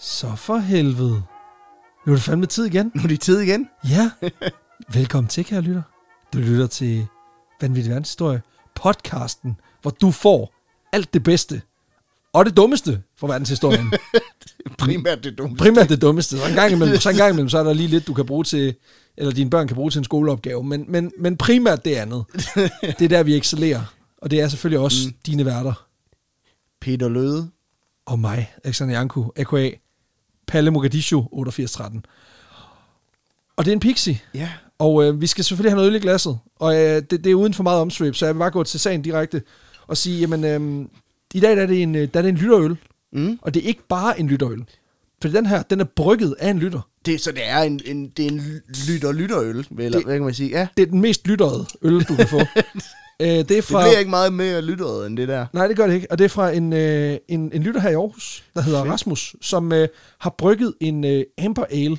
Så for helvede. Nu er det fandme tid igen. Nu er det tid igen. Ja. Velkommen til, kære lytter. Du lytter til Vanvittig Verdenshistorie, podcasten, hvor du får alt det bedste og det dummeste fra verdenshistorien. Primært det dumme. Primært det dummeste. Så en gang imellem, så, en gang imellem, så er der lige lidt, du kan bruge til, eller dine børn kan bruge til en skoleopgave, men, men, men primært det andet. Det er der, vi excellerer. Og det er selvfølgelig også mm. dine værter Peter Løde. og mig, Alexander Janku, a.k.a. Palle Mogadishu 8813. Og det er en pixie. Ja. Og øh, vi skal selvfølgelig have noget øl i glasset, og øh, det, det er uden for meget omsvøb, så jeg vil bare gå til sagen direkte og sige, jamen, øh, i dag der er, det en, øh, der er det en lytterøl, Mm. og det er ikke bare en lytterøl. For den her, den er brygget af en lytter. Det, så det er en, en, det er en lytter-lytterøl, eller Det- det, hvad kan man sige? Ja, Det er den mest lytterede øl, du kan få. øh, det er det fra... bliver ikke meget mere lytteret end det der. Nej, det gør det ikke. Og det er fra en, øh, en, en lytter her i Aarhus, der hedder Fedt. Rasmus, som øh, har brygget en øh, Amber Ale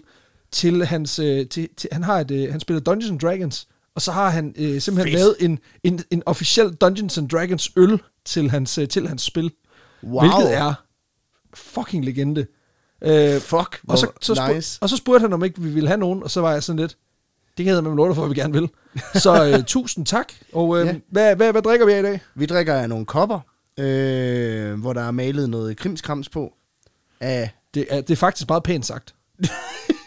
til hans... Øh, til, til, han, har et, øh, han spiller Dungeons and Dragons, og så har han øh, simpelthen Fedt. lavet en, en, en officiel Dungeons and Dragons øl til hans, øh, til hans spil. Wow. Hvilket er fucking legende. Øh, Fuck, og, så, hvor så spurg, nice. nice. og så spurgte han, om ikke vi ville have nogen, og så var jeg sådan lidt, det kan jeg med lorte for, at vi gerne vil. Så øh, tusind tak, og øh, Ja. ja. hvad, hvad, hvad drikker vi af i dag? Vi drikker af nogle kopper, øh, hvor der er malet noget krimskrams på. Af, Det er, det er faktisk meget pænt sagt.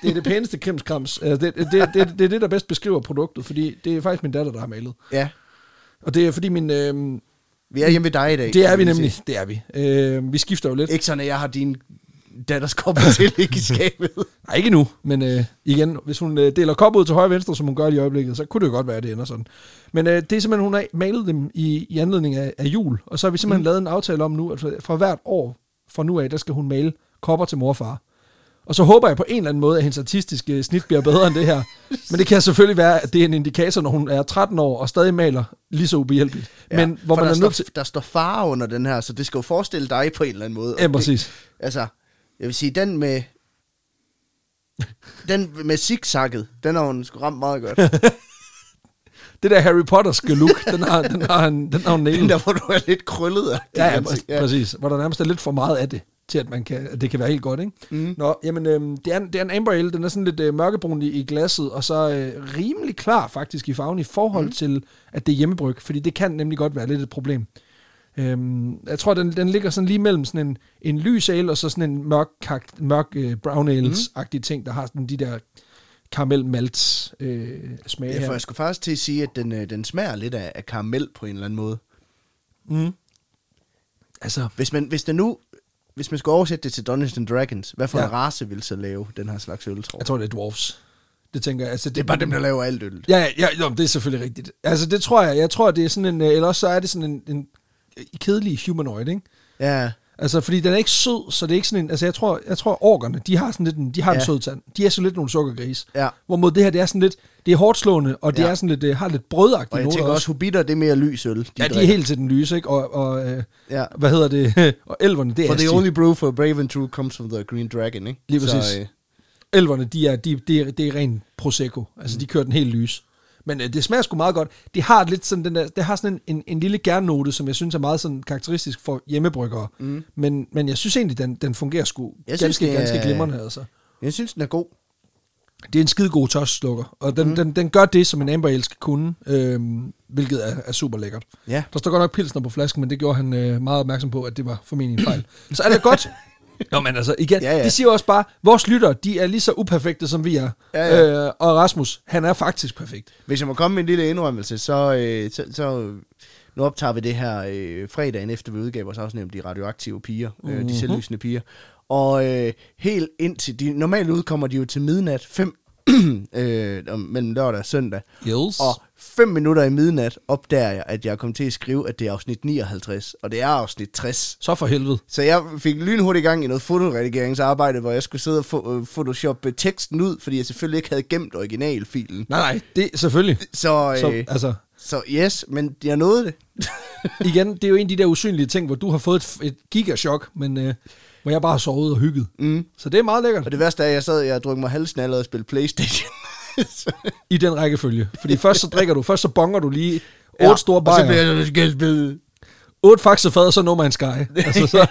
det er det pæneste krimskrams. Altså, det, det, det, det, det er det, der bedst beskriver produktet, fordi det er faktisk min datter, der har malet. ja, Og det er fordi min... Øh, vi er hjemme ved dig i dag. det er kan vi man nemlig. sige. Det er vi. Øh, vi skifter jo lidt. Ikke sådan, at jeg har din datters kopper til ikke i skabet. Nej, ikke nu, men øh, igen, hvis hun øh, deler kop ud til højre og venstre, som hun gør lige i øjeblikket, så kunne det jo godt være, at det ender sådan. Men øh, det er simpelthen, hun har malet dem i, i anledning af, af jul, og så har vi simpelthen mm. lavet en aftale om nu, at fra- fra hvert år fra nu af, der skal hun male kopper til mor og far. Og så håber jeg på en eller anden måde, at hendes artistiske snit bliver bedre end det her. Men det kan selvfølgelig være, at det er en indikator, når hun er 13 år og stadig maler lige så ubehjælpeligt. Ja, men hvor for man der, er står, nødt til... der står far under den her, så det skal jo forestille dig på en eller anden måde. Og Ja, det- præcis. Altså, jeg vil sige, den med... Den med zigzagget, den har hun sgu ramt meget godt. Det der Harry Potterske look, den har, den har, han, den har hun nailet. Den der, hvor du er lidt krøllet. af dit Ja, ja, præ- ansigt. ja, præcis. Hvor der nærmest er lidt for meget af det, til at, man kan, at det kan være helt godt, ikke? Mm. Nå, jamen, øhm, det, er, en- det er en Amber Ale. Den er sådan lidt øh, mørkebrun i, i glasset, og så øh, rimelig klar faktisk i farven i forhold mm. til, at det er hjemmebryg. Fordi det kan nemlig godt være lidt et problem. Øhm, jeg tror, den, den ligger sådan lige mellem sådan en, en lys ale, og så sådan en mørk, kak, mørk øh, brown ales-agtig ting, der har sådan de der karamel malt øh, smag Ja, for her. jeg skulle faktisk til at sige, at den, øh, den smager lidt af, af karamel på en eller anden måde. Mm. Altså, Hvis man, hvis den nu, hvis man skulle oversætte det til Dungeons and Dragons, hvad for ja. Ja. en race vil så lave den her slags øl, tror jeg jeg? tror, det er dwarfs. Det tænker jeg. Altså, Det er bare dem, der laver alt øl. Ja, ja, ja jo, det er selvfølgelig rigtigt. Altså, det tror jeg. Jeg tror, det er sådan en... øh, Eller også så er det sådan en, en øh, kedelig humanoid, ikke? Ja, Altså, fordi den er ikke sød, så det er ikke sådan en... Altså, jeg tror, jeg tror orkerne, de har sådan lidt en, de har ja. Ja. en sød tand. De er sådan lidt nogle sukkergris. ja. Hvorimod det her, det er sådan lidt... Det er hårdt slående, og det Ja. ja. er sådan lidt... Det har lidt brødagtigt. Og jeg tænker også, hobitter, det er mere lys øl. De Ja, de er drikker. helt til den lyse, ikke? Og, og øh, Ja. hvad hedder det? og elverne, det er For the Asti. only brew for brave and true comes from the green dragon, ikke? Lige præcis. Så, øh, Elverne, de er, de, de er, det er ren prosecco. Altså, mm. de kører den helt lys. Men øh, det smager sgu meget godt. Det har lidt sådan den der, det har sådan en, en, en lille gærnote, som jeg synes er meget sådan karakteristisk for hjemmebryggere. Mm. Men, men jeg synes egentlig, den, den fungerer sgu jeg Jeg ganske, synes, synes, det er- ganske glimrende. Altså. jeg synes, den er god. Det er en skide god tørstslukker, og den, mm. den, den gør det, som en amber ale skal kunne, øhm, hvilket er, er super lækkert. Ja. Der står godt nok pilsner på flasken, men det gjorde han øh, meget opmærksom på, at det var formentlig en fejl. Så er det godt. Nå, men altså, igen, Ja, ja, ja. ja. det siger jo også bare, vores lyttere, de er lige så uperfekte, som vi er. Ja, ja. Øh, og Rasmus, han er faktisk perfekt. Hvis jeg må komme med en lille indrømmelse, så, øh, så, så nu optager vi det her øh, fredagen efter vi udgav vores afsnit om de radioaktive piger, Mhm. øh, de selvlysende piger. Og øh, helt indtil, de, normalt udkommer de jo til midnat, fem, øh, om- mellem lørdag og søndag. Yes. Og Og, fem minutter i midnat opdager jeg, at jeg er kommet til at skrive, at det er afsnit 59, og det er afsnit 60. så for helvede. Så jeg fik lynhurtigt i gang i noget fotoredigeringsarbejde, hvor jeg skulle sidde og fo- øh, photoshoppe teksten ud, fordi jeg selvfølgelig ikke havde gemt originalfilen. Nej, nej, det selvfølgelig. Så, øh, Så, altså, så yes, men jeg nåede det. igen, det er jo en af de der usynlige ting, hvor du har fået et, et gigachok, men øh, hvor jeg bare har sovet og hygget. Mm. Så det er meget lækkert. Og det værste er, at jeg sad og drog mig halvsnallet og spillede Playstation. så, I den rækkefølge. Fordi først så drikker du, først så bonger du lige otte store Og så bajer. blev jeg så skal jeg spille Otte faxer fad, og så No Man's Sky. Altså, så,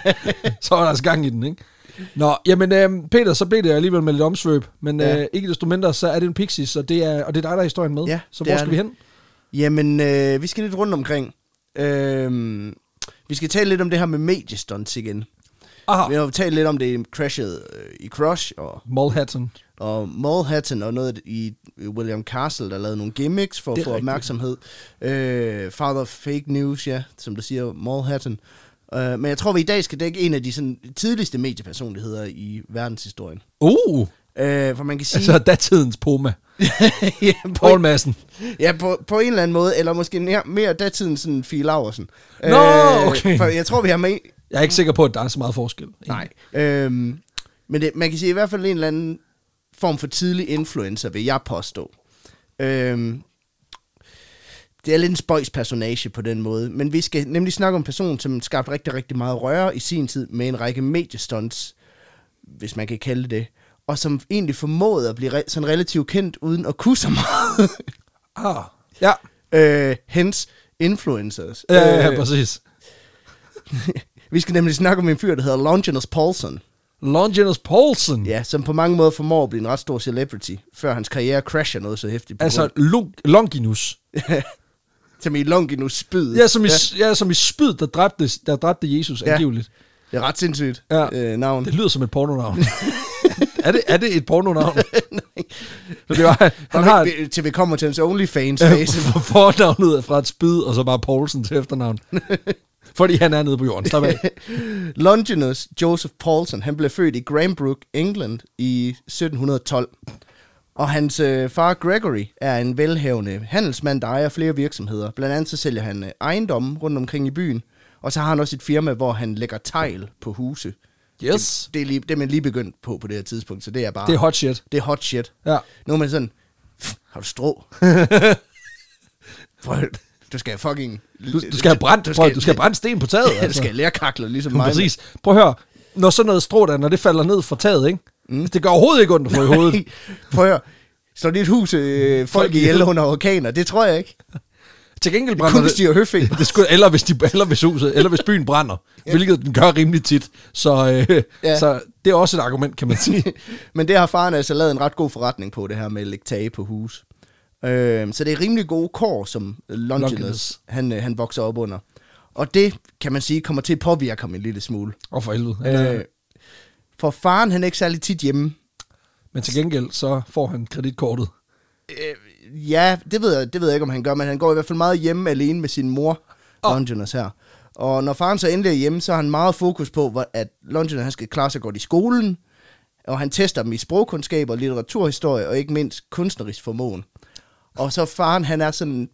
så var der altså gang i den, ikke? Nå, jamen øh, Peter, så blev det alligevel med lidt omsvøb, men Ja. ja. øh, ikke desto mindre, så er det en Pixies, og det er, og det er dig, der er historien med. Ja, så det hvor er skal det. vi hen? Jamen, øh, vi skal lidt rundt omkring. Øh, vi skal tale lidt om det her med mediestunts igen. Aha, Vi ja. har jo talt lidt om det i Crashet øh, i Crush, og, Mulhattan. og Mulhattan og noget i William Castle, der lavede nogle gimmicks for Det at er få rigtigt. opmærksomhed. Øh, Father of Fake News, ja, som der siger, Mulhattan. Øh, men jeg tror, vi i dag skal dække en af de sådan, tidligste mediepersonligheder i verdenshistorien. Uh, Øh, for man kan sige... altså datidens Poma. ja, på, Paul Madsen. Ja, på, på en eller anden måde, eller måske mere, mere datiden sådan Fie Laversen. Nå, okay. For jeg tror, vi har med... Jeg er ikke sikker på, at der er så meget forskel. Nej. Øhm, men det, man kan sige i hvert fald en eller anden form for tidlig influencer, vil jeg påstå. Øhm, det er lidt en spøjs personage på den måde, men vi skal nemlig snakke om en person, som skabte rigtig, rigtig meget røre i sin tid med en række mediestunts, hvis man kan kalde det, og som egentlig formåede at blive re- sådan relativt kendt uden at kunne så meget. Ah, ja. Øh, hence influencers. Ja, ja, Øh, ja, præcis. vi skal nemlig snakke om en fyr, der hedder Longinus Paulson. Longinus Paulsen. Ja, som på mange måder formår at blive en ret stor celebrity, før hans karriere crasher noget så hæftigt. på Altså, grund- Lung- Longinus. Som i Longinus spyd. Ja, som i, ja. Ja, som i spyd, der dræbte, der dræbte Jesus Ja. ja. angiveligt. Det er ret sindssygt Ja. øh, navn. Det lyder som et pornonavn. er, det, er det et pornonavn? Så det var, han har et, Til vi kommer til hans OnlyFans face. øh, fornavnet er fra et spyd, og så bare Paulsen til efternavn. Fordi han er nede på jorden. Slap af. Longinus Joseph Paulson, han blev født i Grambrook, England i 1712. Og hans øh, far Gregory er en velhavende handelsmand, der ejer flere virksomheder. Blandt andet så sælger han øh, ejendomme rundt omkring i byen. Og så har han også et firma, hvor han lægger tegl på huse. Yes. Det, det, er lige, det er man lige begyndt på på det her tidspunkt, så det er bare... Det er hot shit. det er hot shit. Ja. Nu er man sådan, "Pff, har du strå? Prøv, at- du skal have fucking... Du, du skal have brændt, du skal, du skal have brændt sten på taget. Ja, du skal have lærkakler, ligesom Men mig. Præcis. Prøv at høre, når sådan noget strå der, når det falder ned fra taget, ikke? Mm. Altså, det gør overhovedet ikke ondt at få i hovedet. Prøv at høre. Slår dit hus øh, folk ihjel under orkaner? Det tror jeg ikke. Til gengæld Kun brænder hvis det... de har høfing. det skulle, eller, hvis de, eller, hvis huset, eller hvis byen brænder, hvilket den gør rimelig tit. Så, øh, Ja. ja. så det er også et argument, kan man sige. Men det har faren altså lavet en ret god forretning på, det her med at lægge tage på hus. Øh, så det er rimelig gode kår, som Longinus Longinus. han, øh, han vokser op under. Og det, kan man sige, kommer til at påvirke ham en lille smule. Og for helvede. Han er, Øh, for faren, han er ikke særlig tit hjemme. Men til gengæld, så får han kreditkortet. Øh, ja, det ved, jeg, det ved jeg ikke, om han gør, men han går i hvert fald meget hjemme alene med sin mor, oh. Åh. Longinus her. Og når faren så endelig er hjemme, så har han meget fokus på, hvor- at Longinus han skal klare sig godt i skolen, og han tester dem i sprogkundskab og litteraturhistorie, og ikke mindst kunstnerisk formåen. Og så faren, han er sådan,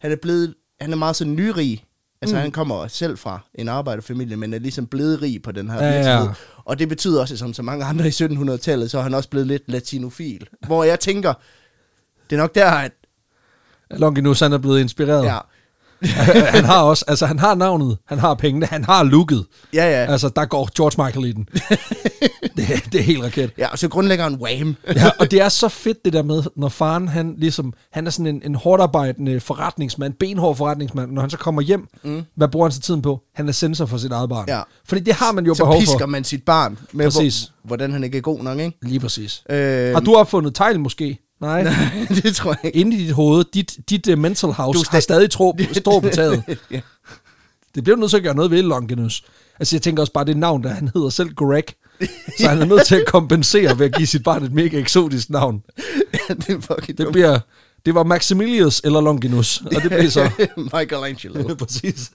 han er blevet, han er meget sådan nyrig. Altså mm. han kommer selv fra en arbejderfamilie, men er ligesom blevet rig på den her Ja, ja. virksomhed. Og det betyder også, at som så mange andre i 1700-tallet, så er han også blevet lidt latinofil. Hvor jeg tænker, det er nok der, at... Longinus, han er blevet inspireret. Ja, Ja. han har også, altså han har navnet, han har pengene, han har looket. ja, ja. Altså, der går George Michael i den. det, er- det er helt raket. ja og så grundlægger han Wham. Ja, og det er så fedt det der med, når faren, han ligesom, han er sådan en, en hårdarbejdende forretningsmand, benhård forretningsmand, når han så kommer hjem, mm. hvad bruger han så tiden på? Han er sensor for sit eget barn. Ja. Fordi det har man jo Så behov pisker for. man sit barn med, Præcis. hvor, hvordan han ikke er god nok, ikke? Lige præcis. Øh, Har du opfundet tegl måske? Nej. det tror jeg ikke. Inde i dit hoved, dit, dit uh, mental house, Du du er har sta- stadig tro, strå på taget. ja. Det bliver du nødt til at gøre noget ved, Longinus. Altså, jeg tænker også bare, det navn, der han hedder selv Greg. Så han er nødt til at kompensere ved at give sit barn et mega eksotisk navn. det er Det fucking dumt. bliver... Det var Maximilius eller Longinus, og det blev så... Michelangelo. Præcis.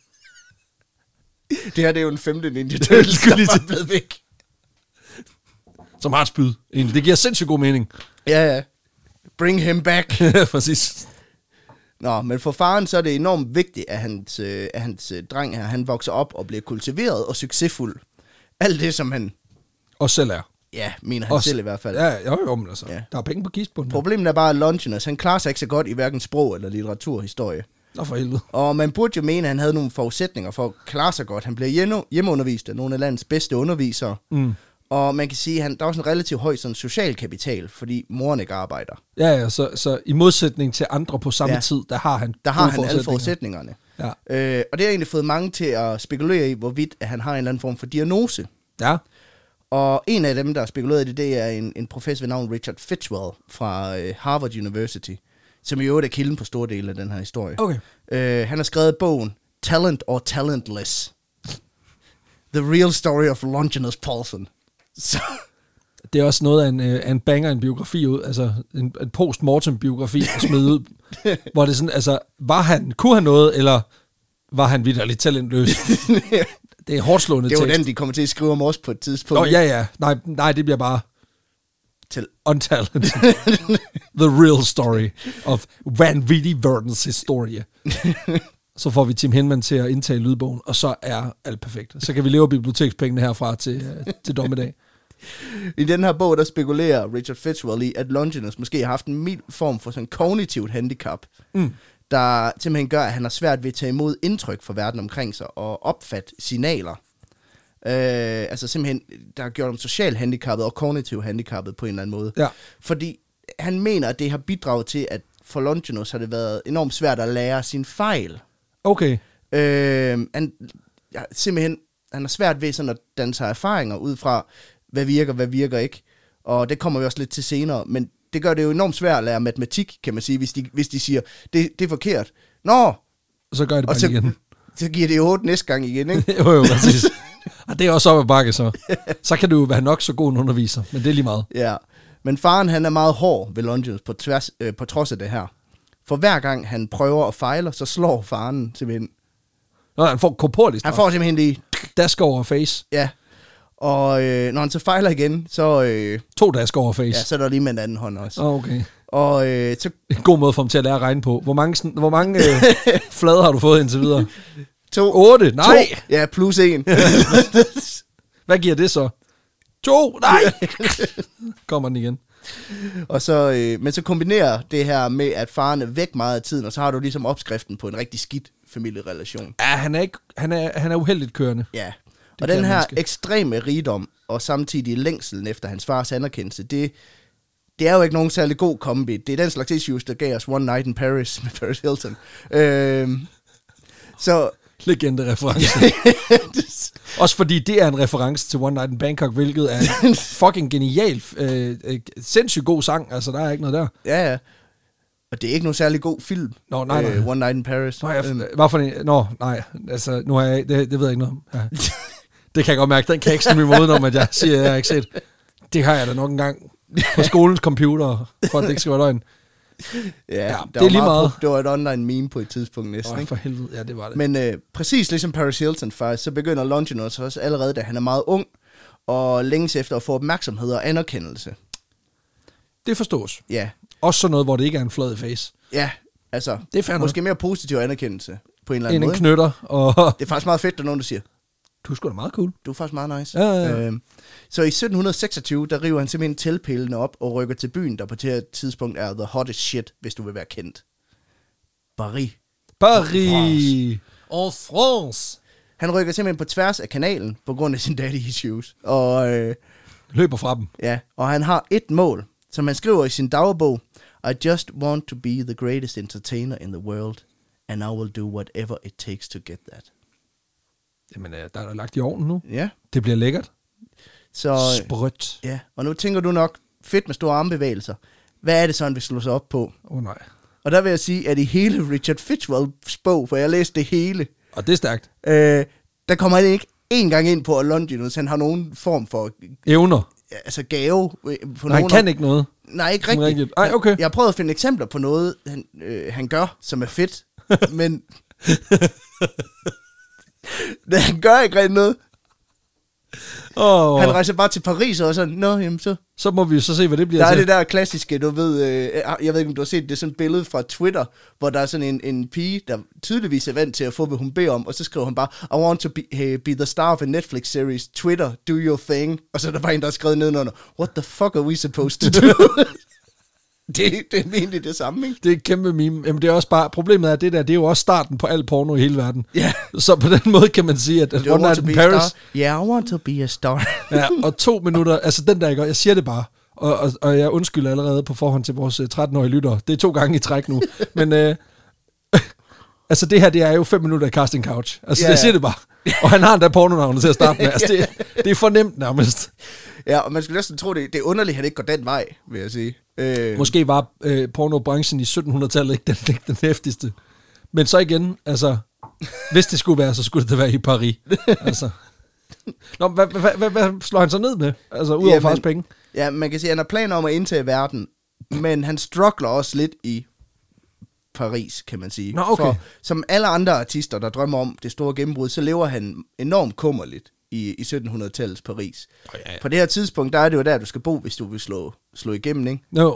Det her det er jo en femte Ninja Turtles, skulle der lige lige til- er blevet væk. Som har et spyd. egentlig. Det giver sindssygt god mening. Ja, ja. Bring him back. Præcis. Nå, men for faren så er det enormt vigtigt, at hans, øh, at hans øh, dreng her, han vokser op og bliver kultiveret og succesfuld. Alt det, som han, Og selv er. ja, mener han Også- selv i hvert fald. Ja. Ja, jo, jo, men altså. Ja. Ja. Der er penge på kistbunden. Problemet er bare, at Longinus, han klarer sig ikke så godt i hverken sprog eller litteraturhistorie. Nå for helvede. Og man burde jo mene, at han havde nogle forudsætninger for at klare sig godt. Han bliver hjemme- hjemmeundervist af nogle af landets bedste undervisere. Mm. Og man kan sige, at han, der er også en relativt høj sådan, social kapital, fordi moren ikke arbejder. Ja, ja, så, så i modsætning til andre på samme Ja. ja. tid, der har han Der har gode han alle forudsætninger. forudsætningerne. Ja. Øh, og det har egentlig fået mange til at spekulere i, hvorvidt at han har en eller anden form for diagnose. Ja. Og en af dem, der har spekuleret i det, det er en, en professor ved navn Richard Fitzwell fra øh, Harvard University, som i øvrigt er kilden på store dele af den her historie. Okay. Øh, han har skrevet bogen Talent or Talentless. The Real Story of Longinus Paulson. Så, Det er også noget af en, øh, af en banger, en biografi ud, altså en, en post-mortem biografi at smide ud, hvor det er sådan, altså, var han, kunne han noget, eller var han vidderligt talentløs? det er hårdt slående det var tekst. den, de kommer til at skrive om os på et tidspunkt. Nå, ja, ja. Nej, nej, det bliver bare Til, untalented. The real story of Van Vitty Verdens historie. Så får vi Tim Henman til at indtage lydbogen, og så er alt perfekt. Så kan vi leve af bibliotekspengene herfra til, øh, til dommedag. I den her bog, der spekulerer Richard Fitzwell i, at Longinus måske har haft en mild form for sådan kognitivt handicap, mm. der simpelthen gør, at han har svært ved at tage imod indtryk fra verden omkring sig og opfatte signaler. Øh, altså simpelthen, der har gjort ham socialt handicappet og kognitivt handicappet på en eller anden måde. Ja. Fordi han mener, at det har bidraget til, at for Longinus har det været enormt svært at lære sin fejl. Okay. Øh, han, ja, simpelthen, han har svært ved sådan at danne sig erfaringer ud fra, hvad virker, hvad virker ikke. Og det kommer vi også lidt til senere, men det gør det jo enormt svært at lære matematik, kan man sige, hvis de, hvis de siger, det, det er forkert. Nå, Så gør jeg det og bare lige så, igen. så giver det jo 8 næste gang igen, ikke? jo, jo, præcis. Og det er også op ad bakke, så. Så kan du jo være nok så god en underviser, men det er lige meget. Ja, men faren han er meget hård ved Longinus på, tværs, øh, på trods af det her. For hver gang han prøver og fejler, så slår faren simpelthen. Nå, han får korporlig Han straf. får simpelthen lige, Dask over face. ja. Og øh, når han så fejler igen, så, øh, To dask over face. ja, så er der lige med en anden hånd også. Åh, Okay. Og øh, så En god måde for ham til at lære at regne på. Hvor mange, sådan- hvor mange øh, flader har du fået indtil videre? to... Otte? Nej! To, ja, plus en. Hvad giver det så? To? Nej! Kommer den igen. og så, øh, men så kombinerer det her med, at faren er væk meget af tiden, og så har du ligesom opskriften på en rigtig skidt familierelation. Ja, han er, ikke, han er, han er uheldigt kørende. Ja. Det Og kan den her menneske. ekstreme rigdom, og samtidig længselen efter hans fars anerkendelse, det, det er jo ikke nogen særlig god kombi. Det er den slags issues, der gav os One Night in Paris med Paris Hilton. Øhm, så Legende-reference. Også fordi det er en reference til One Night in Bangkok, hvilket er en fucking genial, øh, øh, sindssygt god sang. Altså, der er ikke noget der. ja, ja. Og det er ikke nogen særlig god film, Nå, nej, nej. Øh, One Night in Paris. Nå, jeg, Øhm, hvad for en? Nå, nej. Altså, nu har jeg, det, det ved jeg ikke noget om. Ja. Det kan jeg godt mærke. Den kan jeg ikke snige mig udenom, at jeg siger, at jeg har ikke set. Det har jeg da nok engang på skolens computer, for at det ikke skal være løgn. Ja, ja det er lige meget. På, det var et online meme på et tidspunkt næsten. Åh, Ikke? for helvede. Ja, det var det. Men øh, præcis ligesom Paris Hilton faktisk, så begynder Longinus også allerede, da han er meget ung, og længes efter at få opmærksomhed og anerkendelse. Det forstås. Ja, Også sådan noget, hvor det ikke er en flad face. ja, altså, Det er fair nok. måske mere positiv anerkendelse på en eller End anden en måde. knytter, og Det er faktisk meget fedt, at der er nogen, der siger, du er sgu da meget cool. du er faktisk meget nice. Ja, ja, ja. Øhm, så i 1726, der river han simpelthen teltpælene op og rykker til byen, der på det her tidspunkt er the hottest shit, hvis du vil være kendt. Paris. Paris. En France. Han rykker simpelthen på tværs af kanalen på grund af sin daddy issues. Og øh, Løber fra dem. Ja, og han har et mål, som han skriver i sin dagbog. I just want to be the greatest entertainer in the world, and I will do whatever it takes to get that. Jamen, øh, der er lagt i ovnen nu. Ja, Det bliver lækkert. så... Sprødt. Ja, og nu tænker du nok, fedt med store armbevægelser. Hvad er det så, han vil slå sig op på? Åh, oh, nej. Og der vil jeg sige, at i hele Richard Fitzwells bog, for jeg læste det hele, Og det er stærkt. øh, der kommer han ikke en gang ind på, at Longinus han har nogen form for Evner. øh, altså gave. øh, På Nej, han nogen kan ikke noget. Nej, ikke Sådan rigtigt. rigtigt. Ej, okay. Jeg, jeg har prøvet at finde eksempler på noget, han, øh, han gør, som er fedt, men... men han gør ikke rigtig noget. Oh. Han rejser bare til Paris og er sådan, nå, jamen så... så må vi jo så se, hvad det bliver Der er til. det der klassiske, du ved, øh, jeg ved ikke, om du har set det, er sådan et billede fra Twitter, hvor der er sådan en, en pige, der tydeligvis er vant til at få, hvad hun beder om, og så skriver han bare, I want to be, hey, be the star of a Netflix series, Twitter, do your thing, og så er der bare en, der har skrevet nedenunder, what the fuck are we supposed to do? det, det er egentlig det samme, ikke? Det er et kæmpe meme. Jamen, det er også bare, problemet er, at det der, det er jo også starten på al porno i hele verden. Ja. Så på den måde kan man sige, at, at Do you One want Night to in be a Paris, star? Yeah, I want to be a star. ja, og to minutter, altså den der, ikke? Og jeg siger det bare, og, og, og jeg undskylder allerede på forhånd til vores øh, 13-årige lyttere. Det er to gange i træk nu. Men øh, Altså det her, det er jo fem minutter i casting couch. Altså Ja, yeah. jeg ja. siger det bare. Og han har endda pornonavnet til at starte med. Altså det, det er for nemt nærmest. Ja, og man skulle næsten tro, det, det er underligt, at han ikke går den vej, vil jeg sige. Øh, Måske var øh, pornobranchen i 1700-tallet ikke den, ikke den hæftigste. Men så igen, altså, hvis det skulle være, så skulle det være i Paris. Altså. Nå, hvad, hvad, hvad, hvad slår han så ned med? Altså, udover Jamen- fars penge. Ja, man kan sige, at han har planer om at indtage verden, men han struggler også lidt i Paris, kan man sige. Nå, okay. For som alle andre artister, der drømmer om det store gennembrud, så lever han enormt kummerligt i, i 1700-tallets Paris. Åh, ja, ja. På det her tidspunkt, der er det jo der, du skal bo, hvis du vil slå, slå igennem, ikke? No.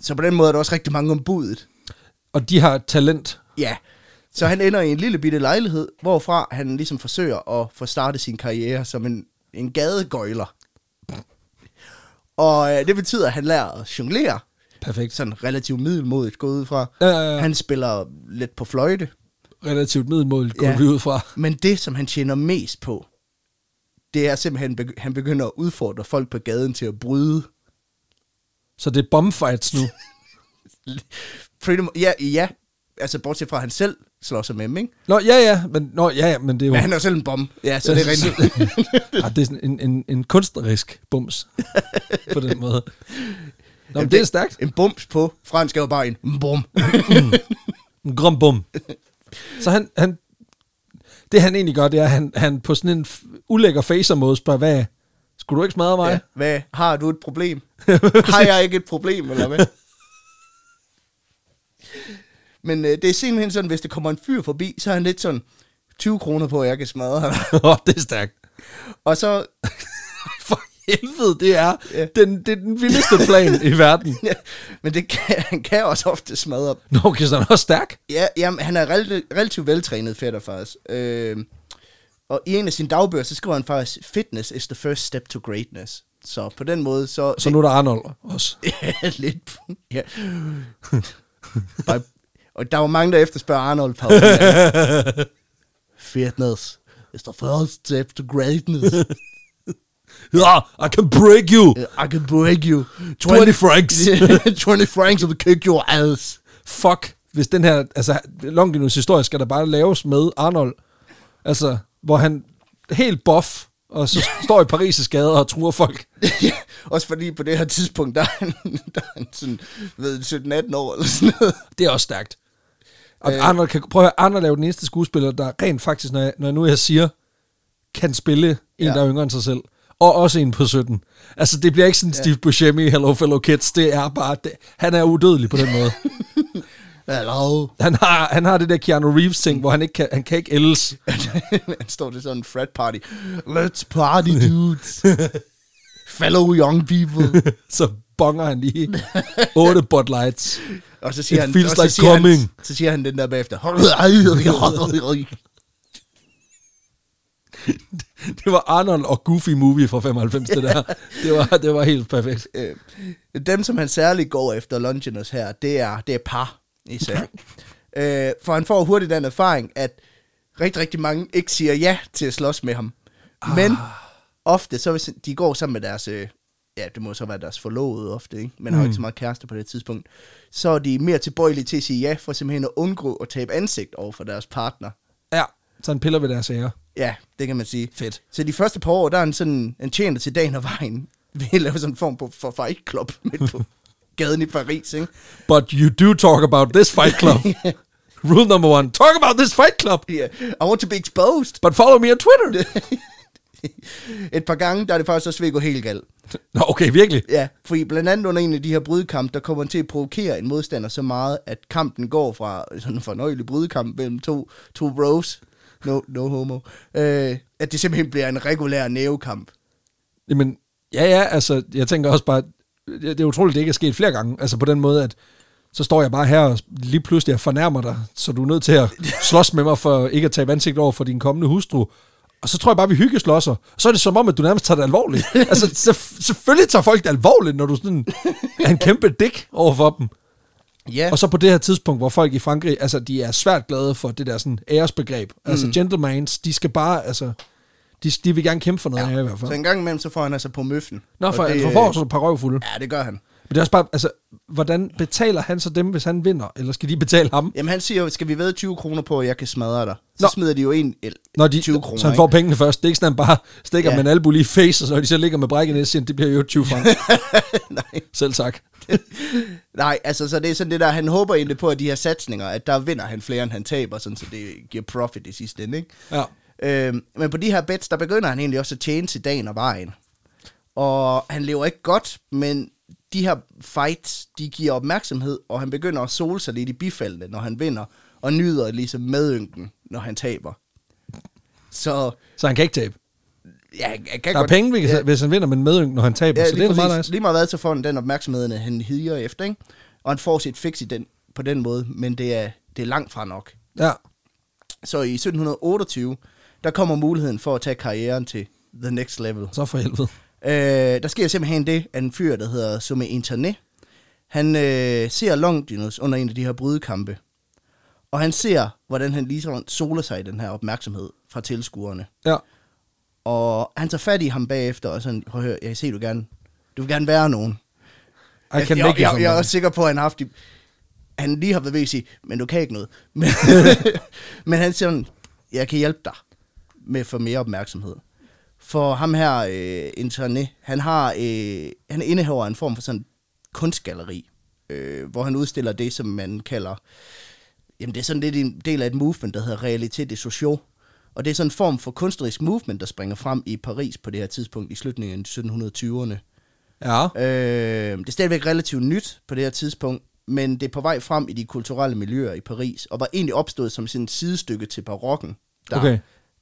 Så på den måde er der også rigtig mange om budet. Og de har talent. Ja. Så han ender i en lille bitte lejlighed, hvorfra han ligesom forsøger at få startet sin karriere som en, en gadegøjler. Og øh, det betyder, at han lærer at jonglere, Perfekt. sådan relativt middelmodigt gå ud fra. Ja, ja, ja. Han spiller lidt på fløjte, Relativt middelmål går Ja. ja. vi ud fra. men det, som han tjener mest på, det er simpelthen, begy- han begynder at udfordre folk på gaden til at bryde. Så det er bombfights nu. Freedom, ja, ja, altså bortset fra, at han selv slår sig med dem, ikke? Nå, ja, ja, men, nå, ja, ja, men det er jo... Men han er jo selv en bombe, ja, så det er rigtigt. ja, det er sådan en, en, en kunstnerisk bums. på den måde. Nå, men Jamen, det er stærkt. En bums på fransk er jo bare en bum. En grum bum. Så han, han, det han egentlig gør, det er, at han, han på sådan en f- ulækker facer-måde spørger, hvad, skulle du ikke smadre mig? Ja, Ja. hvad, har du et problem? har jeg ikke et problem, eller hvad? Men øh, det er simpelthen sådan, hvis der kommer en fyr forbi, så er han lidt sådan, 20 kroner på, at jeg kan smadre ham. Åh, det er stærkt. Og så, For helvede, det er, Ja. ja. den, det er den vildeste plan i verden. ja, men det kan, han kan også ofte smadre. Nå, okay, så han er også stærk. Ja, jamen, han er relativt, relativt veltrænet fætter faktisk. Øh, og i en af sine dagbøger, så skriver han faktisk, fitness is the first step to greatness. Så på den måde, så... Så nu er der Arnold også. Ja, lidt. Ja. Bare, og der var mange, der efterspørger Arnold Paul. Ja. Fitness. It's the first step to greatness. Ja, I can break you. I can break you. 20 francs. 20 francs will kick your ass. Fuck, hvis den her, altså Longinus historie skal der bare laves med Arnold. Altså, hvor han helt buff, og så står i Paris' gader og truer folk. ja, også fordi på det her tidspunkt, der er han, der er han sådan, ved 17-18 år eller sådan noget. Det er også stærkt. Og øh. Arnold kan, prøv at høre, Arnold er jo den eneste skuespiller, der rent faktisk, når jeg, når jeg nu jeg siger, kan spille en, Ja. ja. der er yngre end sig selv. Og også en på 17. Altså, det bliver ikke sådan ja. Steve Buscemi, Hello Fellow Kids. Det er bare... Det, han er udødelig på den måde. Hello. han, har, han har det der Keanu Reeves-ting, hvor han ikke kan, han kan ikke ældes. han står til sådan en frat party. Let's party, dudes. Fellow young people. Så bonger han lige otte Bud Lights. Og så siger It han, feels og så like siger coming. Han, så siger han den der bagefter. ja, Det var Arnold og Goofy Movie fra 95, det der. Det var, det var helt perfekt. øh, dem, som han særligt går efter Longinus her, det er, det er par især. øh, for han får hurtigt den erfaring, at rigtig, rigtig mange ikke siger ja til at slås med ham. Ah. Men ofte, så hvis de går sammen med deres, øh, ja, det må så være deres forlovede ofte, ikke? men har jo Mm. ikke så meget kæreste på det tidspunkt, så er de mere tilbøjelige til at sige ja, for simpelthen at undgå at tabe ansigt over for deres partner. Ja, så han piller ved deres ære. Ja, det kan man sige. Fedt. Så de første par år, der er han sådan, han tjener til dagen og vejen ved at lave sådan en form på, for fight club midt på gaden i Paris, ikke? But you do talk about this fight club. Rule number one, talk about this fight club, Yeah. I want to be exposed. but follow me on Twitter. Et par gange, der er det faktisk også ved at gå helt galt. Nå, okay, virkelig. Ja, fordi blandt andet under en af de her brydekamp, der kommer han til at provokere en modstander så meget, at kampen går fra sådan en fornøjelig brydekamp mellem to, to bros, no, no homo, øh, at det simpelthen bliver en regulær nævekamp. Jamen, ja, ja, altså, jeg tænker også bare, det det er utroligt, det ikke er sket flere gange. Altså på den måde, at så står jeg bare her og lige pludselig jeg fornærmer dig, så du er nødt til at slås med mig for ikke at tabe ansigt over for din kommende hustru. Og så tror jeg bare, vi hyggeslåsser. Så er det som om, at du nærmest tager det alvorligt. Altså, selvf- selvfølgelig tager folk det alvorligt, når du sådan er en kæmpe dick over for dem. Ja, Og så på det her tidspunkt, hvor folk i Frankrig, altså de er svært glade for det der sådan æresbegreb. Altså mm. gentlemans, de skal bare, altså, de, de vil gerne kæmpe for noget ja. her i hvert så fald. en gang imellem, så får han altså på møffen. Nå, Og for det, han øh, får så et par røvfulde. Ja, det gør han. Men det er også bare, altså, hvordan betaler han så dem, hvis han vinder? Eller skal de betale ham? Jamen han siger jo, skal vi ved 20 kroner på, at jeg kan smadre dig? Så Nå. smider de jo en, el, Når de, 20 kroner. så han får pengene først. Det er ikke sådan, han bare stikker Ja. ja. med en albu lige i face, og så når de så ligger med brækket ned, siger han, det bliver jo 20 frank. Nej. Selv tak. Nej, altså så det er sådan det der, han håber egentlig på, at de her satsninger, at der vinder han flere, end han taber, sådan, så det giver profit i sidste ende, ikke? Ja. Øhm, men på de her bets, der begynder han egentlig også at tjene til dagen og vejen. Og han lever ikke godt, men de her fights, de giver opmærksomhed, og han begynder at sole sig lidt i bifaldene, når han vinder, og nyder ligesom medynken, når han taber. Så Så han kan ikke tabe. ja, jeg kan Der er godt... penge, hvis, ja. hvis han vinder, men medynk, når han taber. Ja, så det er da lige, meget præcis. nice. lige meget hvad, så får han den opmærksomhed, han higer efter, ikke? Og han får sit fix i den, på den måde, men det er, det er langt fra nok. Ja. Så i 1728, der kommer muligheden for at tage karrieren til the next level. Så for helvede. Øh, der sker simpelthen det, at en fyr, der hedder Summe Internet, han øh, ser Longinus under en af de her brydekampe. Og han ser, hvordan han ligesom soler sig i den her opmærksomhed fra tilskuerne. Ja. Og han tager fat i ham bagefter og sådan, prøv at høre, jeg kan se, du gerne, du vil gerne være nogen. I can Altså, jeg, make it jeg, for jeg, jeg er mig. også sikker på, at han har haft de, han lige har været ved at sige, men du kan ikke noget. Men, men han siger, sådan, jeg kan hjælpe dig med at få mere opmærksomhed. For ham her, øh, Internet, han, har, øh, han indehaver en form for sådan kunstgalleri, øh, hvor han udstiller det, som man kalder, jamen det er sådan lidt en del af et movement, der hedder Realitet et Social. Og det er sådan en form for kunstnerisk movement, der springer frem i Paris på det her tidspunkt i slutningen af 1720'erne. Ja. Øh, det er stadigvæk relativt nyt på det her tidspunkt, men det er på vej frem i de kulturelle miljøer i Paris, og var egentlig opstået som sådan et sidestykke til barokken, der, Okay.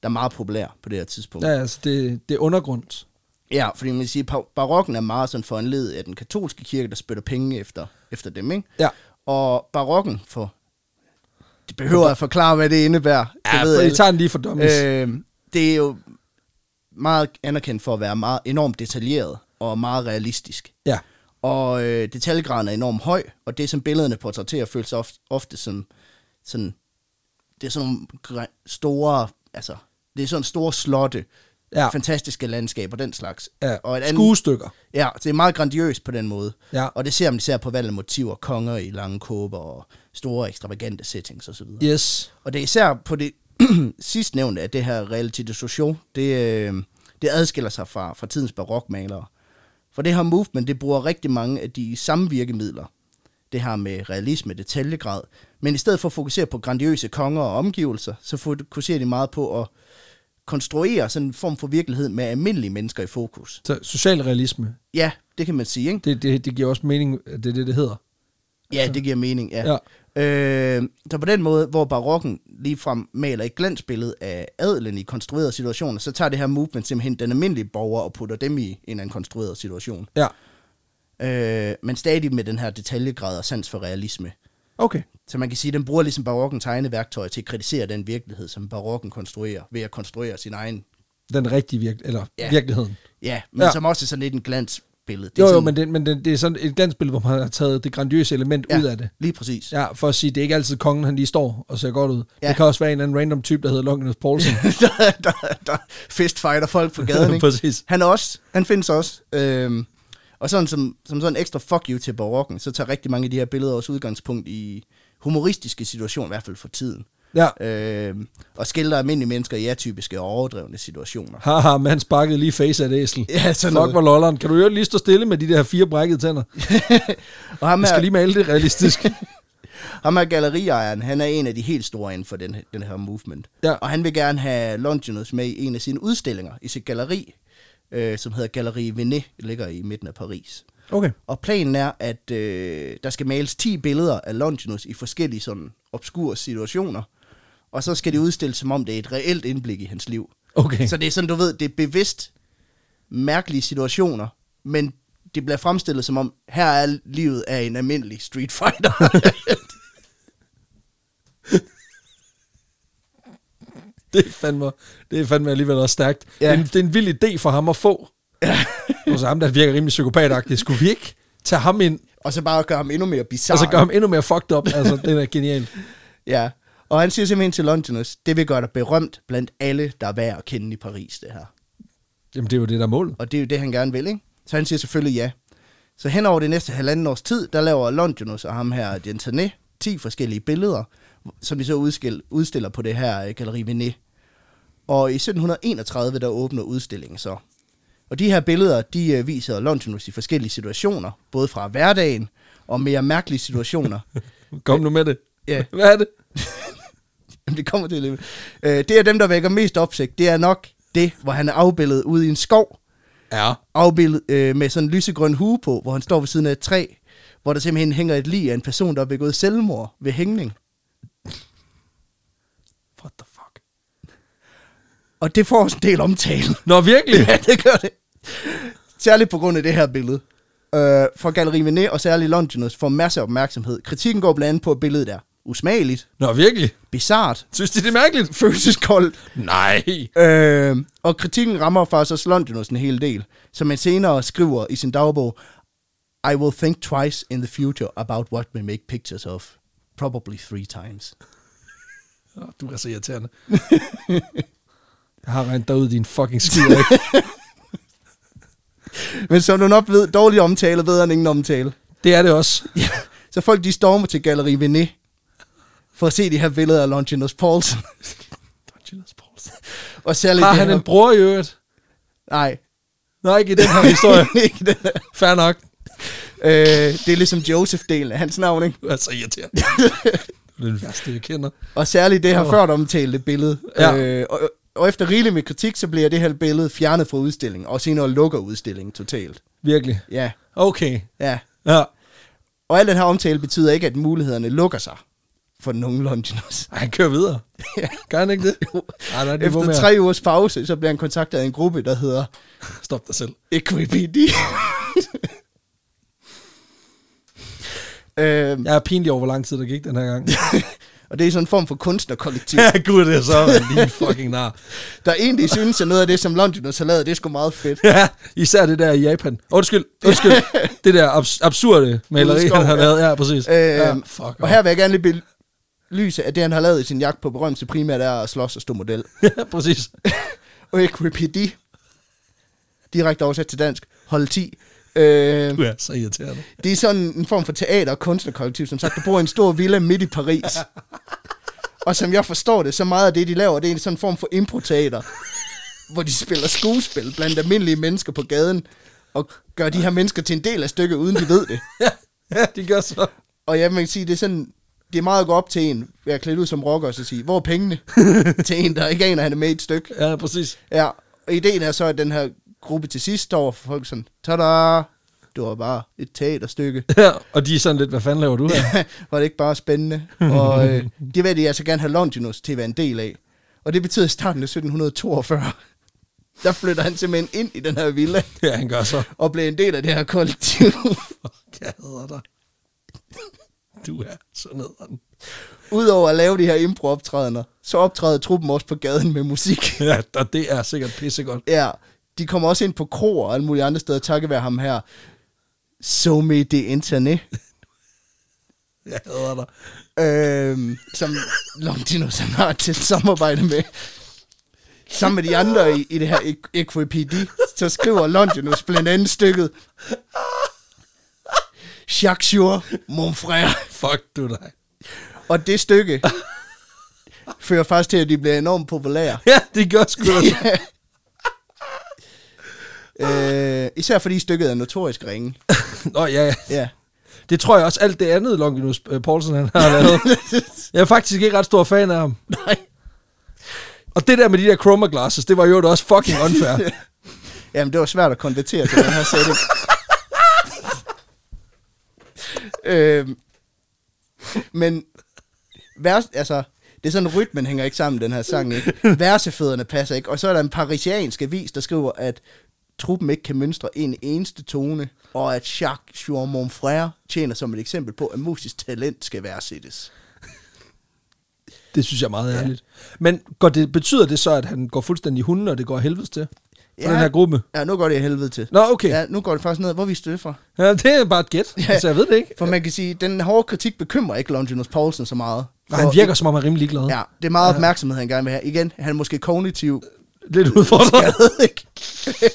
der er meget populær på det her tidspunkt. Ja, altså, det, det er undergrund. Ja, fordi man kan sige, par- barokken er meget sådan foranledet af den katolske kirke, der spytter penge efter, efter dem, ikke? Ja. Og barokken for... Det behøver at forklare, hvad det indebærer. Ja, det for I alle. tager den lige for dummies. Øh, Øh, det er jo meget anerkendt for at være meget enormt detaljeret og meget realistisk. ja. Og øh, detaljegraden er enormt høj, og det, som billederne portrætterer, føles ofte, ofte som sådan... Det er sådan nogle gre- store... Altså, det er sådan store slotte, Ja. ja. fantastiske landskaber, den slags. ja. og et andet, Skuestykker. ja, så det er meget grandiøst på den måde. Ja. Og det ser man især på valg af motiver, konger i lange kåber og store ekstravagante settings osv. Ja. Yes. Og det er især på det sidst nævnte, at det her realitet social, det, øh, det adskiller sig fra, fra tidens barokmalere. For det her movement, det bruger rigtig mange af de samme virkemidler. Det her med realisme, detaljegrad. Men i stedet for at fokusere på grandiøse konger og omgivelser, så fokuserer de meget på at konstruere sådan en form for virkelighed med almindelige mennesker i fokus. Så social realisme. Ja, det kan man sige, ikke? Det, det, det giver også mening, at det er det, det hedder. Ja, det giver mening, ja. Altså- Ja. Øh, så på den måde, hvor barokken ligefrem maler et glansbillede af adelen i konstruerede situationer, så tager det her movement simpelthen den almindelige borger og putter dem i en eller anden konstrueret situation. Ja. Øh, men stadig med den her detaljegrad og sans for realisme. Okay. Så man kan sige, at den bruger ligesom barokken tegneværktøj til at kritisere den virkelighed, som barokken konstruerer, ved at konstruere sin egen, Den rigtige virk eller Ja. ja. virkeligheden. ja, men Ja. ja. som også er sådan lidt en glansbillede. Det Jo, er jo, sådan, men, det, men det, det er sådan et glansbillede, hvor man har taget det grandiøse element ja. ud af det. Lige præcis. Ja, for at sige, det er ikke altid kongen, han lige står og ser godt ud. Ja. Ja. Det kan også være en eller anden random type, der hedder Longinus Poulsen. der, der, der fistfighter folk på gaden, ikke? Præcis. Han er også, han findes også. Øhm, og sådan som, som sådan en ekstra fuck you til barokken, så tager rigtig mange af de her billeder også udgangspunkt i humoristiske situationer, i hvert fald for tiden. ja. Øhm, og skildrer almindelige mennesker i atypiske og overdrevne situationer. Haha, man sparkede lige face af et æsel. Ja, sådan Fuck, noget. hvor lolleren. Kan du jo lige stå stille med de der fire brækkede tænder? Og ham Jeg her, skal lige male det realistisk. ham her galleriejeren, han er en af de helt store inden for den, den her movement. Ja. Og han vil gerne have Longinus med i en af sine udstillinger i sit galleri, øh, som hedder Galleri Venet, ligger i midten af Paris. Okay. Og planen er, at øh, der skal males 10 billeder af Longinus i forskellige sådan obskure situationer. Og så skal det udstilles, som om det er et reelt indblik i hans liv. Okay. Så det er sådan, du ved, det er bevidst mærkelige situationer, men det bliver fremstillet som om, her er livet af en almindelig Street Fighter. Det er fandme, det er fandme alligevel også stærkt. Ja. Ja. Det, er en, det er en vild idé for ham at få. Ja. Og så ham, der virker rimelig psykopatagtig. Skulle vi ikke tage ham ind, og så bare gøre ham endnu mere bizarre. og så gøre ham endnu mere fucked up? Altså, det er genialt. Ja, og han siger simpelthen til Longinus, det vil gøre dig berømt blandt alle, der er værd at kende i Paris, det her. Jamen, det er jo det, der er målet. Og det er jo det, han gerne vil, ikke? Så han siger selvfølgelig ja. Så hen over det næste halvanden års tid, der laver Longinus og ham her, Gentané, 10 forskellige billeder, som de så udskil, udstiller på det her øh, Galeri Venet. Og i 1731, der åbner udstillingen så. Og de her billeder, de øh, viser Longinus i forskellige situationer, både fra hverdagen og mere mærkelige situationer. Kom nu med det. Ja. Hvad er det? Jamen, det kommer til det. Øh, det er dem, der vækker mest opsigt. Det er nok det, hvor han er afbildet ude i en skov, Ja. afbildet øh, med sådan en lysegrøn hue på, hvor han står ved siden af et træ, hvor der simpelthen hænger et lig af en person, der har begået selvmord ved hængning. What the fuck? Og det får også en del omtale. Nå, virkelig? ja, det gør det. Særligt på grund af det her billede. Øh, for Galeri Venet og særligt Longinus får masser af opmærksomhed. Kritikken går blandt andet på at billedet er usmageligt, Nå, virkelig? bizart, Synes de, det er mærkeligt? følelseskoldt, Nej. Øh, og kritikken rammer faktisk også Longinus en hel del, som han senere skriver i sin dagbog, I will think twice in the future about what we make pictures of. Probably three times. Åh, du er så irriterende. Jeg har regnet dig ud, din fucking skid. ikke? Men som du nok ved, dårlig omtale ved han ingen omtale. Det er det også. Ja. Så folk de stormer til Galleri Venet for at se de her billeder af Longinus Paulsen. Longinus Paulsen. og særligt Har det han her- en bror i øvrigt? Nej. Nej, ikke i den her historie. Ikke den her. Fair nok. øh, det er ligesom Joseph-delen af hans navn, ikke? Du er så irriterende. Du er den værste, jeg kender. Og særligt det her oh. før omtalte billede. Ja. Ja. Øh, og, og efter rigeligt med kritik, så bliver det her billede fjernet fra udstillingen, og senere lukker udstillingen totalt. Virkelig. Ja, Okay. ja. Ja. Og al den her omtale betyder ikke, at mulighederne lukker sig for den unge Longinus. Ej, han kører videre. Ja. Gør han ikke det? Nej, der er et niveau Efter mere. tre ugers pause, så bliver han kontaktet af en gruppe, der hedder Stop dig selv. EQPD. øhm, ja. Jeg er pinlig over, hvor lang tid der gik den her gang. Og det er sådan en form for kunstnerkollektiv, ja, gud, det er så man lige fucking nar. der egentlig synes, at noget af det, som Longinus har lavet, det er sgu meget fedt. Ja, især det der i Japan. Undskyld, undskyld. det der abs- absurde maleri, Udskov, han har ja. lavet. Ja, præcis. Øh, ja, ja, fuck og her vil jeg gerne lige belyse, at det, han har lavet i sin jagt på berømmelse, primært er at slås og stå model. Ja, præcis. Og EQPD, direkte oversat til dansk, hold 10. Øh, Du er så irriterende. det er sådan en form for teater- og kunstnerkollektiv, som sagt, der bor i en stor villa midt i Paris. Og som jeg forstår det, så meget af det, de laver, det er en sådan en form for improteater, hvor de spiller skuespil blandt almindelige mennesker på gaden, og gør de her mennesker til en del af stykket, uden de ved det. Ja, ja, de gør så. Og jeg man kan sige, det er sådan, det er meget at gå op til en, være klædt ud som rocker, og så sige, hvor er pengene til en, der ikke aner, at han er med i et stykke. Ja, præcis. Ja, og ideen er så, at den her gruppe til sidst står over for folk sådan, tada, det var bare et teaterstykke. Ja, og de er sådan lidt, hvad fanden laver du her? var det ikke bare spændende? Og øh, det vil de altså gerne have Longinus til at være en del af. Og det betyder i starten af 1742, der flytter han simpelthen ind i den her villa, Ja, han gør så. og bliver en del af det her kollektiv, Fuck, jeg hader dig. Du er så nederen. Udover at lave de her impro-optrædener, så optræder truppen også på gaden med musik. Ja, og det er sikkert pissegodt. Ja, de kommer også ind på kroer og alle mulige andre steder, takket være ham her. So me det interne, Jeg hader dig. øhm, som Longinus han har til samarbejde med. Sammen med de andre i, i det her E- Equ- EQPD, så skriver Longinus blandt andet stykket. Jacques Chur, mon frère. Fuck du dig. Og det stykke fører faktisk til, at de bliver enormt populære. Ja, det gør sgu da. Ja. øh, især fordi stykket er notorisk ringe. Nå ja, ja. Ja. Det tror jeg også alt det andet, Longinus øh, Poulsen han har lavet. Jeg er faktisk ikke ret stor fan af ham. Nej. Og det der med de der chroma glasses, det var jo da også fucking unfair. Jamen, det var svært at konvertere til den her setting. øhm, men vers, altså, det er sådan, rytmen hænger ikke sammen, den her sang, ikke? Versefødderne passer ikke. Og så er der en parisiansk avis, der skriver, at truppen ikke kan mønstre en eneste tone, og at Jacques Jean Monfrère tjener som et eksempel på, at musisk talent skal værdsættes. Det synes jeg er meget ærligt. Men går det, betyder det så, at han går fuldstændig i hunden, og det går helvedes til? For ja. den her gruppe? Ja, nu går det i helvede til. Nå, okay. Ja. Ja, nu går det faktisk ned. Hvor er vi stødt fra? ja det er bare et gæt. Ja. Ja. Altså, jeg ved det ikke. For man kan sige, den hårde kritik bekymrer ikke Longinus Poulsen så meget. For han For- virker, som om han er rimelig glad. Ja, det er meget opmærksomhed, han gerne vil have. Igen, han er måske kognitiv Lidt udfordret. skadet, ikke?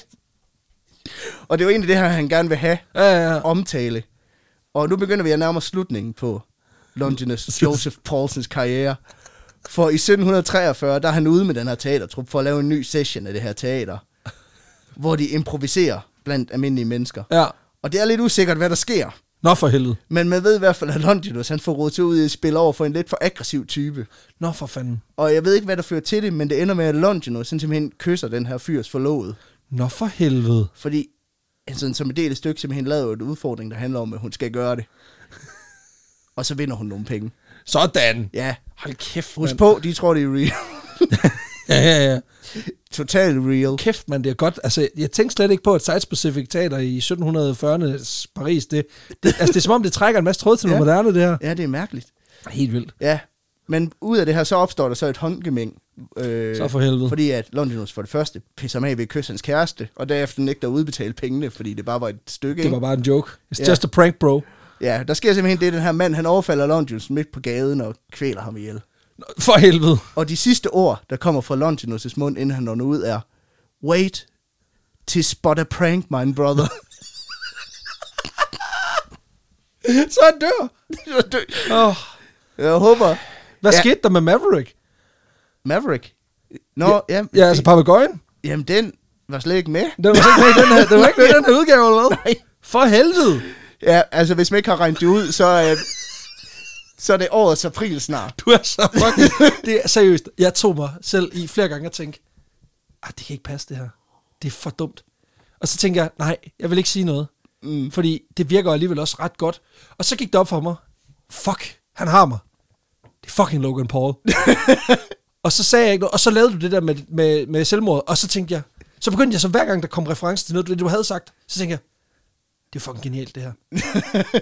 Og det er jo egentlig det her, han gerne vil have Ja, ja, ja. omtale. Og nu begynder vi at nærme os slutningen på Longinus Joseph Paulsens karriere. For i 1743, der er han ude med den her teatertrup for at lave en ny session af det her teater, hvor de improviserer blandt almindelige mennesker. ja. Og det er lidt usikkert, hvad der sker. Nå for helvede. Men man ved i hvert fald, at Longinus han får råd til ud i at spille over for en lidt for aggressiv type. Nå for fanden. Og jeg ved ikke, hvad der fører til det, men det ender med, at Longinus han simpelthen kysser den her fyrs forlovede. Nå for helvede. Fordi han sådan, som en del af stykket simpelthen lavede en udfordring, der handler om, at hun skal gøre det. Og så vinder hun nogle penge. Sådan. Ja, Hold kæft, husk mand. på, de tror, det er real. Ja, ja, ja. Total real. Kæft, man, det er godt. Altså, jeg tænkte slet ikke på, at site-specific teater i 1740'ernes Paris, det, det, altså, det er som om, det trækker en masse tråd til noget Ja. moderne, det her. Ja, det er mærkeligt. Helt vildt. Ja, men ud af det her, så opstår der så et håndgemæng. Øh, Så for helvede. Fordi at Longinus for det første pisser ham af ved at kysse hans kæreste, og derefter nægter at udbetale pengene, fordi det bare var et stykke. Det var bare en joke. It's Ja. just a prank, bro. Ja, der sker simpelthen det, at den her mand, han overfalder Longinus midt på gaden og kvæler ham ihjel. Nå, For helvede. Og de sidste ord, der kommer fra Longinus' mund, inden han når ud, er Wait, tis but a prank, my brother. Så han dør. Oh. jeg håber... Hvad Ja. ja. skete der med Maverick? Maverick? Nå, ja, ja, Ja, altså papegøjen. jamen den var slet ikke med. Den var så ikke med i den her, den var ikke med i den her udgave, eller hvad? Nej. For helvede. Ja, altså hvis man ikke har regnet det ud, så, øh, så er det årets april snart. Du er så fucking... Det er seriøst. Jeg tog mig selv i flere gange og tænkte, ah, det kan ikke passe det her. Det er for dumt. Og så tænkte jeg, nej, jeg vil ikke sige noget. Mm. Fordi det virker alligevel også ret godt. Og så gik det op for mig. Fuck, han har mig. Det er fucking Logan Paul. og så sagde jeg ikke noget. Og så lavede du det der med, med, med selvmord. Og så tænkte jeg, så begyndte jeg så hver gang, der kom reference til noget, du- du havde sagt, så tænkte jeg, det er fucking genialt det her.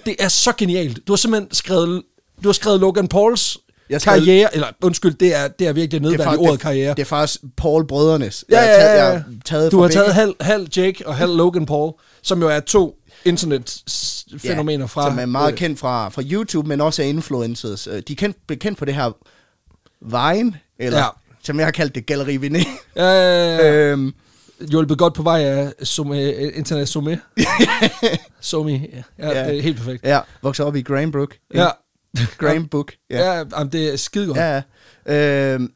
det er så genialt. Du har simpelthen skrevet, du har skrevet Logan Pauls Jeg har jeg skrevet- karriere, eller undskyld, det er, det er virkelig at nedværdige fak- ordet karriere. det er faktisk Paul Brødrenes. Ja, Jeg har ja, taget- ja, Jeg ja. har taget Du fra har begge. taget halv, halv Jake og halv Logan Paul, som jo er to internet-fænomener fra... Som er meget øh, kendt fra, fra YouTube, men også er influencers. Øh, De er kendt, blevet kendt på det her Vine, eller ja. Ja. som jeg har kaldt det, Galeri Vinay. Ja, ja, ja, ja. Ja. Øhm, Hjulpet godt på vej af som, øh, internet Somme. Somi, ja. ja, Ja. Det er helt perfekt. ja, vokser op i Grambrook. Ja, Grambrook, ja. ja. ja. ja jamen, det er skide godt. Ja. ja. Øhm,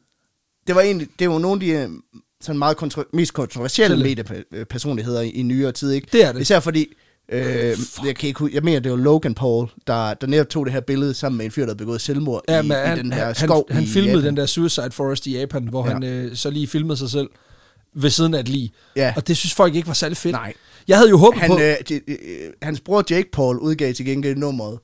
det var egentlig, det var nogle af de øh, sådan meget kontro- mest kontroversielle Selv. mediepersonligheder i, i nyere tid, ikke? Det er det. Især fordi, øh, jeg, kan ikke, hu- jeg mener, det var Logan Paul, der, der netop tog det her billede sammen med en fyr, der havde begået selvmord Ja, i, men han, i den her han, han, skov han i filmede Japan. den der Suicide Forest i Japan, hvor Ja. ja. han øh, så lige filmede sig selv ved siden af et lig. Ja. Og det synes folk ikke var særlig fedt. Nej. Jeg havde jo håbet Han, på... øh, de, øh, hans bror Jake Paul udgav til gengæld nummeret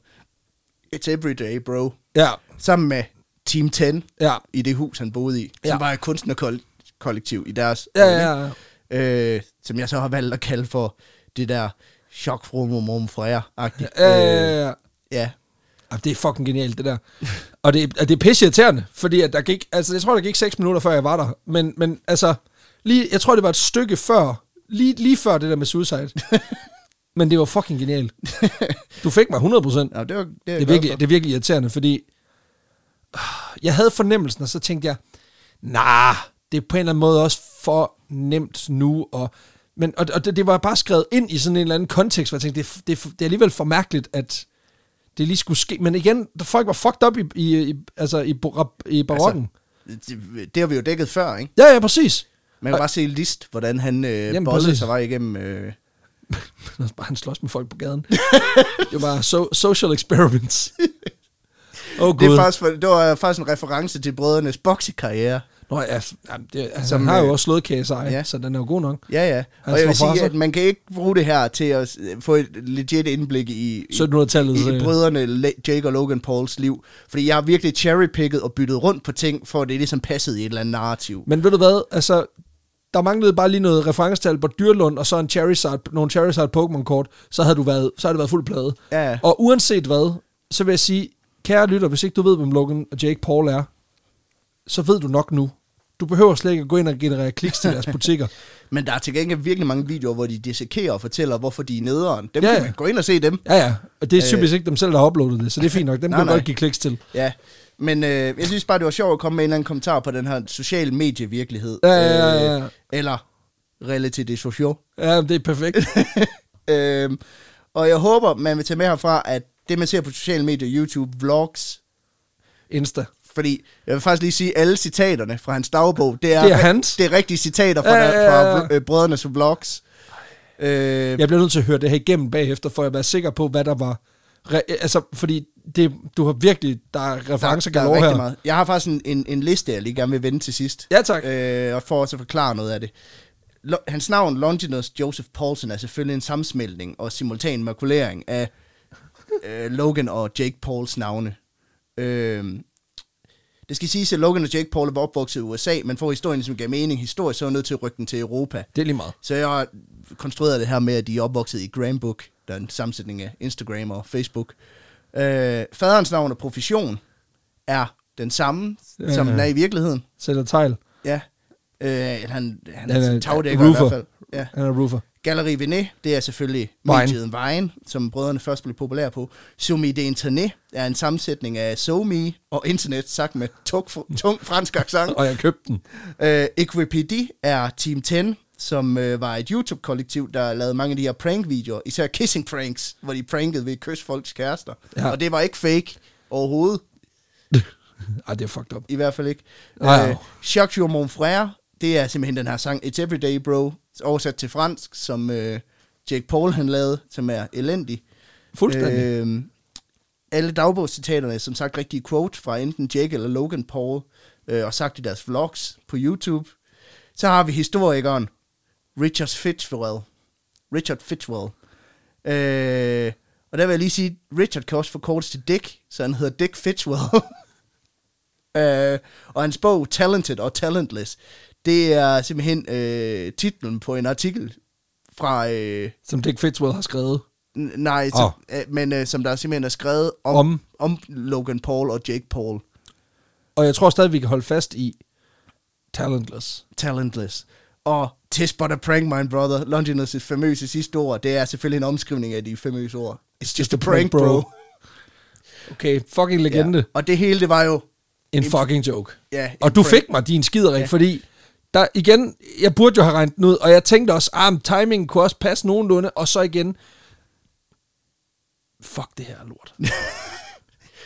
It's Everyday Bro, Ja, sammen med Team 10 ja. i det hus, han boede i, ja. Ja. som var et kunstnerkollektiv i deres... Ja, ja, ja. Øh, som jeg så har valgt at kalde for det der chok fra mom mom fra jer-agtigt. Ja, ja, Øh, ja, ja. Øh, ja. Jamen, det er fucking genialt, det der. Og det, og det er pisse irriterende, fordi at der gik, altså, jeg tror, der gik 6 minutter, før jeg var der. Men, men altså, lige, jeg tror, det var et stykke før, lige, lige før det der med suicide. men det var fucking genialt. Du fik mig 100 procent. Nå, det, var, det, er jeg Det, er glad virkelig- for. det er virkelig irriterende, fordi ah, jeg havde fornemmelsen, og så tænkte jeg, nah, det er på en eller anden måde også for nemt nu, og men, og, og det, det var bare skrevet ind i sådan en eller anden kontekst, hvor jeg tænkte, det, er f- det, er f- det er alligevel for mærkeligt, at det lige skulle ske. Men igen, der folk var fucked up i, i, i, altså i, bar- i barokken. Altså, det, det har vi jo dækket før, ikke? ja, ja, præcis. Man kan bare se List, hvordan han øh, Jamen, bollede præcis. sig vej igennem... Øh, Og så bare han slås med folk på gaden. det var bare so, social experiments. Oh, det, er Gud. faktisk, for- det var faktisk en reference til brødrenes boksekarriere. Nå ja, f- jamen, det, altså, Som, Som, han har øh, jo også slået KSI, ja. ja. så den er jo god nok. Ja, ja. Han og jeg slår vil fra sige, sig. at man kan ikke bruge det her til at øh, få et legit indblik i, i, 1700-tallet. i brødrene Le- Jake og Logan Pauls liv. Fordi jeg har virkelig cherrypicket og byttet rundt på ting, for at det ligesom passede i et eller andet narrativ. Men ved du hvad, altså, der manglede bare lige noget referencetal på Dyrlund, og så en Charizard, nogle Charizard Pokémon-kort, så havde, du været, så havde det været fuld plade. Ja. Og uanset hvad, så vil jeg sige, kære lytter, hvis ikke du ved, hvem Logan og Jake Paul er, så ved du nok nu. Du behøver slet ikke at gå ind og generere kliks til deres butikker. Men der er til gengæld virkelig mange videoer, hvor de dissekerer og fortæller, hvorfor de er nederen. Dem Ja, ja, kan ja. man gå ind og se dem. Ja, ja. Og det er typisk ikke dem selv, der har uploadet det, så det er fint nok. Dem Nej, kan du nej. godt give kliks til. Ja. Men øh, jeg synes bare, det var sjovt at komme med en eller anden kommentar på den her sociale medievirkelighed. Ja, ja, ja, ja. Øh, eller relativt det social. Ja, det er perfekt. Øhm, og jeg håber, man vil tage med herfra, at det, man ser på sociale medier, YouTube, vlogs, Insta. fordi jeg vil faktisk lige sige, at alle citaterne fra hans dagbog, det er, Det er hans. Det er rigtige citater fra, Ja, ja, ja, ja. fra øh, brødrenes vlogs. Øh, Jeg bliver nødt til at høre det her igennem bagefter, for at være sikker på, hvad der var... Re- altså, fordi det, du har virkelig... Der er referencer der er galore rigtig her. meget. Jeg har faktisk en, en, en liste, jeg lige gerne vil vende til sidst. Ja, tak. Øh, og for at så forklare noget af det. Lo- Hans navn, Longinus Joseph Paulson, er selvfølgelig en sammensmeltning og simultan makulering af øh, Logan og Jake Pauls navne. Øh, det skal siges, at Logan og Jake Paul var opvokset i USA, men for historien, som gav mening historisk, så var jeg nødt til at rykke den til Europa. Det er lige meget. Så jeg har konstrueret det her med, at de er opvokset i Grambook, der er en sammensætning af Instagram og Facebook. Øh, faderens navn og profession er den samme, Ja. som den er i virkeligheden. Sætter tegl. Ja. Øh, han, han Han er er tagdækker i roofer. hvert fald. Ja. Han er roofer. Galleri Venet, det er selvfølgelig Vejen. mediet Vejen, som brødrene først blev populære på. Somi de Internet er en sammensætning af Somi og internet, sagt med tung, tung fransk accent. Og jeg købte den. Øh, Equipedi er Team 10, som øh, var et YouTube-kollektiv, der lavede mange af de her prank-videoer, især kissing pranks, hvor de prankede ved at kysse folks kærester. Ja. Ja. Og det var ikke fake overhovedet, Ej, det er fucked up. i hvert fald ikke. Wow. Øh, Jacques Your Mon Frère, det er simpelthen den her sang It's Everyday Bro, oversat til fransk, som øh, Jake Paul han lavede, som er elendig. Fuldstændig. Øh, Øhm, alle dagbogscitaterne er som sagt rigtige quote fra enten Jake eller Logan Paul, øh, og sagt i deres vlogs på YouTube. Så har vi historikeren Richard Fitzgerald. Richard Fitzgerald. Øh, og der vil jeg lige sige, Richard kan også forkortes til Dick, så han hedder Dick Fitzgerald. øh, og hans bog Talented og Talentless, det er simpelthen øh, titlen på en artikel fra... Øh, som Dick Fitzwell har skrevet. N- Nej, som, Åh. øh, men øh, som der simpelthen er skrevet om, Om? om. om Logan Paul og Jake Paul. Og jeg tror stadig, vi kan holde fast i Talentless. Talentless. Og Tis but a prank, my brother. Longinus' famøse sidste ord, det er selvfølgelig en omskrivning af de famøse ord. It's just a prank, bro. Okay, fucking legende. Ja. Ja. Og det hele, det var jo... En fucking joke. Ja, en og du prank. fik mig din skiderik, ja. Ja. fordi der igen, jeg burde jo have regnet den ud, og jeg tænkte også, ah, men timingen kunne også passe nogenlunde, og så igen, fuck det her er lort.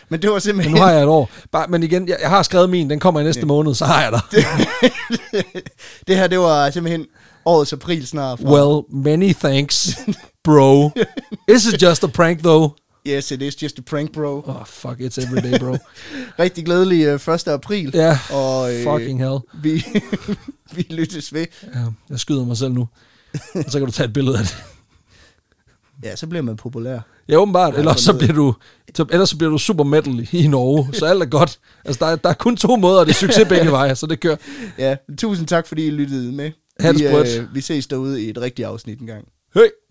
Men det var Men simpelthen... nu har jeg et år. Bare, men igen, jeg, jeg har skrevet min, den kommer i næste måned, så har jeg dig. det her, det var simpelthen årets april snart. Fra. Well, many thanks, bro. This is just a prank, though. Yes, it is just a prank, bro. Oh, fuck, it's everyday, bro. Rigtig glædelig øh, 1. april. Ja, og, øh, fucking hell. Vi, vi lyttes ved. Ja, jeg skyder mig selv nu. Og så kan du tage et billede af det. Ja, så bliver man populær. Ja, åbenbart. Ja, Ellers så sådan bliver du, så- ellers så bliver du super metal i Norge, så alt er godt. Altså, der, er- der er kun to måder, og det er succes begge veje, så det kører. Ja, tusind tak, fordi I lyttede med. Ha' det Vi, sprødt. vi ses derude i et rigtigt afsnit en gang. Høj!